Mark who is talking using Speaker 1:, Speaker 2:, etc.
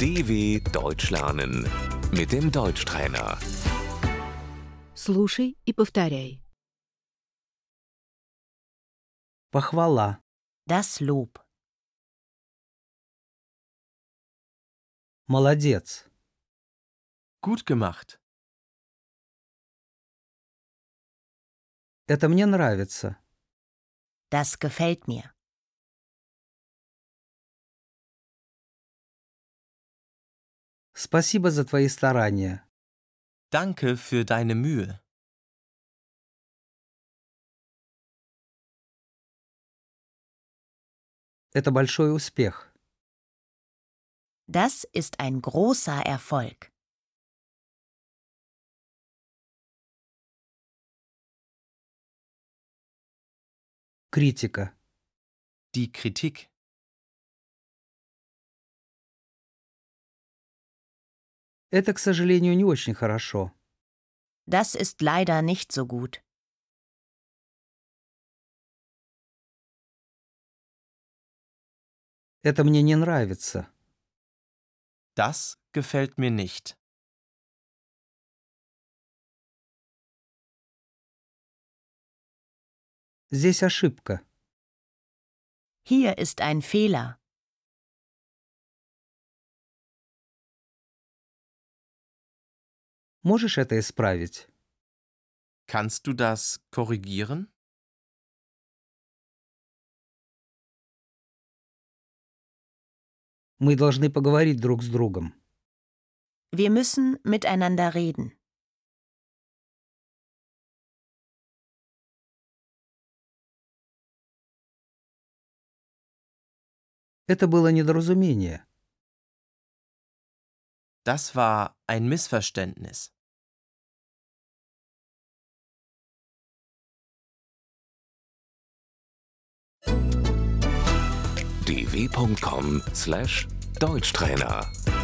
Speaker 1: DW Deutsch lernen mit dem Deutschtrainer.
Speaker 2: Слушай и повторяй.
Speaker 3: Похвала.
Speaker 4: Das Lob.
Speaker 3: Молодец.
Speaker 5: Gut gemacht.
Speaker 3: Это мне нравится.
Speaker 4: Das gefällt mir.
Speaker 3: Спасибо за твои старания.
Speaker 5: Danke für deine Mühe.
Speaker 3: Это большой успех.
Speaker 4: Das ist ein großer Erfolg.
Speaker 3: Критика.
Speaker 5: Die Kritik.
Speaker 3: Это, к сожалению, не очень хорошо.
Speaker 4: Das ist leider nicht so gut.
Speaker 3: Это мне не нравится.
Speaker 5: Das gefällt mir nicht.
Speaker 3: Здесь ошибка.
Speaker 4: Hier ist ein Fehler.
Speaker 3: Можешь это исправить?
Speaker 5: Kannst du das korrigieren?
Speaker 3: Мы должны поговорить друг с другом.
Speaker 4: Wir müssen miteinander reden.
Speaker 3: Это было недоразумение.
Speaker 5: Das war ein Missverständnis.
Speaker 1: dw.com/deutschtrainer